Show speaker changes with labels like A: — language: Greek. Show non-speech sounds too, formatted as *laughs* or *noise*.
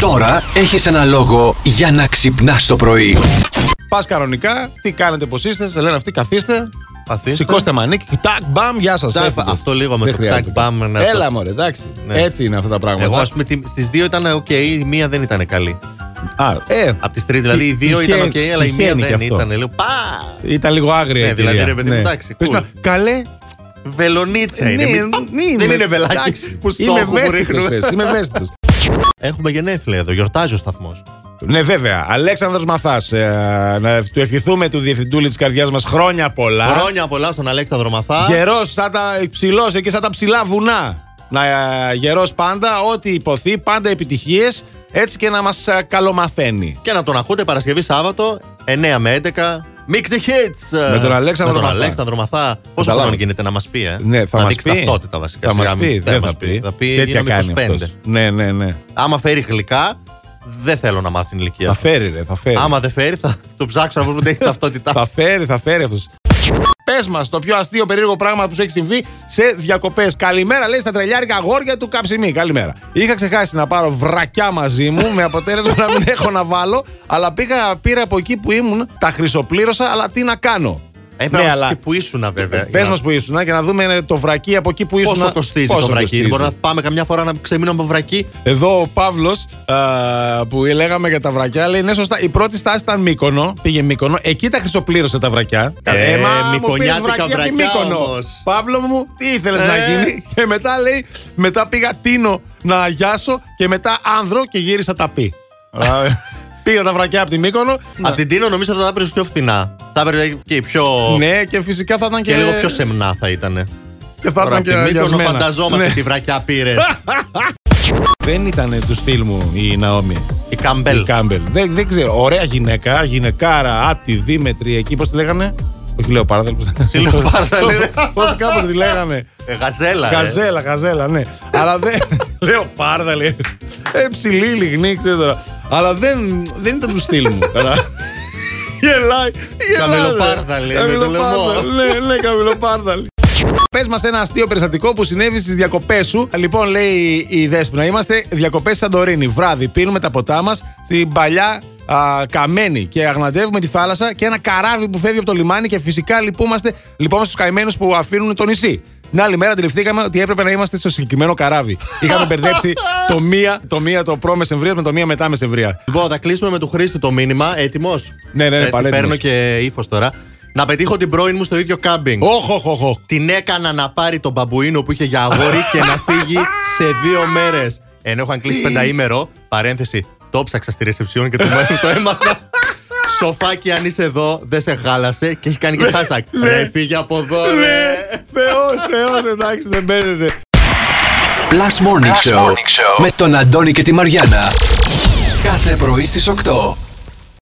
A: Τώρα έχεις ένα λόγο για να ξυπνάς το πρωί.
B: Πας κανονικά, τι κάνετε, πώς είστε, σε λένε αυτοί, καθίστε.
C: Καθίστε.
B: Σηκώστε μανίκι, τάκ, μπαμ, γεια σας.
C: Τάκ, αυτό λίγο με το τάκ, μπαμ, να το-
B: Έλα, μωρέ, εντάξει.
C: Ναι.
B: Έτσι είναι αυτά τα πράγματα.
C: Εγώ, ας πούμε, στις δύο ήταν οκ, η μία δεν ήταν καλή.
B: Α, ε,
C: Από τις τρεις, δηλαδή, οι δύο
B: Τυχαίνει-
C: ήταν οκ, αλλά η μία
B: τυχαίνει και
C: δεν
B: αυτό.
C: ήταν. Λέω, πα!
B: ήταν λίγο άγρια.
C: Ναι,
B: η
C: δηλαδή,
B: κυρία.
C: ρε παιδί μου, εντάξει,
B: Πες
C: cool.
B: να- Καλέ,
C: Βελονίτσα είναι.
B: ναι,
C: μην- πα,
B: ναι, είμαι-
C: Δεν είναι βελάκι
B: εντάξει,
C: που
B: Είμαι
C: στόχο που
B: ευαίσθητος,
C: ρίχνουμε.
B: πες, Είμαι ευαίσθητος.
C: Έχουμε γενέθλια εδώ, γιορτάζει ο σταθμός.
B: Ναι, βέβαια. Αλέξανδρος Μαθάς, ε, να του ευχηθούμε του διευθυντούλη της καρδιάς μας χρόνια πολλά.
C: Χρόνια πολλά στον Αλέξανδρο Μαθά.
B: Γερός, σαν τα ψηλό εκεί, σαν τα ψηλά βουνά. Να γερός πάντα, ό,τι υποθεί, πάντα επιτυχίες, έτσι και να μας καλομαθαίνει.
C: Και να τον ακούτε Παρασκευή Σάββatο 9 με 11. Mix the hits!
B: Με τον Αλέξανδρο
C: με
B: Μαθά.
C: τον Αλέξανδρο Μαθά. Πόσο
B: Καταλάβα.
C: χρόνο γίνεται να μας πει, ε?
B: Ναι, θα
C: να
B: μας
C: δείξει
B: πει.
C: ταυτότητα βασικά.
B: Θα
C: σιγά
B: μα
C: μην-
B: πει,
C: δεν
B: δεν θα
C: μας
B: πει.
C: Θα πει
B: Τέτοια
C: γίναμε
B: κάνει
C: 25.
B: αυτός. Ναι, ναι, ναι.
C: Άμα φέρει γλυκά, δεν θέλω να μάθω την ηλικία.
B: Θα
C: του.
B: φέρει, ρε, θα φέρει.
C: Άμα δεν φέρει, θα το ψάξω να βρούμε την ταυτότητά.
B: Ε. Θα φέρει, θα φέρει αυτός. Πες μας το πιο αστείο περίεργο πράγμα που σου έχει συμβεί σε διακοπές. Καλημέρα, λέει στα τρελιάρικα αγόρια του Καψιμί. Καλημέρα. Είχα ξεχάσει να πάρω βρακιά μαζί μου με αποτέλεσμα να μην έχω να βάλω, αλλά πήγα, πήρα από εκεί που ήμουν, τα χρυσοπλήρωσα, αλλά τι να κάνω. Ναι,
C: Έπρεπε να αλλά... και που ήσουν, Ε, βέβαια.
B: Πες
C: για να-
B: μας που ήσουν και να δούμε ε, το βρακί από εκεί που ήσουν.
C: Πόσο κοστίζει το βρακί. Μπορεί να πάμε καμιά φορά να ξεμείνουμε από βρακί.
B: Εδώ ο Παύλος που λέγαμε για τα βρακιά λέει: Ναι, σωστά. Η πρώτη στάση ήταν Μύκονο. Πήγε Μύκονο. Εκεί τα χρυσοπλήρωσε τα βρακιά.
C: Ε,
B: μα μου
C: μικονιάτικα
B: πήρες βρακιά και
C: βρακιά
B: Μύκονο.
C: όμως.
B: Παύλο μου, τι ήθελες
C: Ε.
B: να γίνει. Και μετά λέει: Μετά πήγα Τίνο να αγιάσω και μετά άνδρο και γύρισα τα πι. Ε, *laughs* Πήγα τα βρακιά από τη Μύκονο.
C: Από την Τίνο νομίζω θα τα έπρεπε πιο φθηνά. Θα έπρεπε και πιο.
B: Ναι, και φυσικά θα ήταν και,
C: και λίγο πιο σεμνά θα ήταν.
B: και θα
C: Τώρα
B: ήταν
C: από
B: και
C: την Μύκονο
B: αγιασμένα.
C: φανταζόμαστε
B: Ναι.
C: τη βρακιά πήρες.
B: *laughs* Δεν ήταν του στυλ μου η Ναόμη.
C: Η
B: Η
C: Καμπέλ.
B: Κάμπελ. Δεν, δεν ξέρω. Ωραία γυναίκα, γυναικάρα, άτη, δίμετρη, εκεί πώς τη λέγανε. Όχι, λέω παράδελφος.
C: Τι λέω
B: *laughs*
C: πάρτα, λέει.
B: Πώ κάποτε τη λέγανε.
C: Ε, Γαζέλα. ρε.
B: Γαζέλα, γαζέλα, ναι. Αλλά δεν. *laughs* Λέω πάρδα, λέει. Ε, ψηλή, λιγνή, ξέρω τώρα. Αλλά δεν, δεν ήταν του στυλ μου. Αλλά- Γελάει. γελάει, ρε.
C: Καμελοπάρδαλη, με το
B: Καμελοπάρδαλη, Ναι, ναι, καμελοπάρδαλη. Πες μας ένα αστείο περιστατικό που συνέβη στις διακοπές σου. Λοιπόν, λέει η Δέσποινα, είμαστε διακοπές στη Σαντορίνη. Βράδυ πίνουμε τα ποτά μας στην παλιά α, καμένη και αγναντεύουμε τη θάλασσα και ένα καράβι που φεύγει από το λιμάνι και φυσικά λυπούμαστε, λυπόμαστε τους καημένους που αφήνουν το νησί. Την άλλη μέρα αντιληφθήκαμε ότι έπρεπε να είμαστε στο συγκεκριμένο καράβι. Είχαμε μπερδέψει το μία το, μία το προ μεσεμβρίας με το μία μετά μεσεμβρία.
C: Λοιπόν, θα κλείσουμε με του Χρήστη το μήνυμα. Έτοιμος.
B: Ναι, ναι, ναι, παλέτοιμος.
C: Παίρνω και ύφος τώρα. Να πετύχω την πρώην μου στο ίδιο κάμπινγκ.
B: Οχοχοχο.
C: Την έκανα να πάρει τον μπαμπουίνο που είχε για αγόρι και να φύγει σε δύο μέρες. Ενώ είχαν κλείσει πενταήμερο, παρένθεση, το ψάξα στη ρεσεψιόν και το, μά- *laughs* το έμαθα. Σοφάκι, αν είσαι εδώ, δεν σε χάλασε και έχει κάνει και hashtag. Ρε, φύγε από εδώ, ρε.
B: Θεός, Θεός, εντάξει, δεν μπαίνετε.
A: Plus Morning, Show, με τον Αντώνη και τη Μαριάνα. Κάθε πρωί στις 8.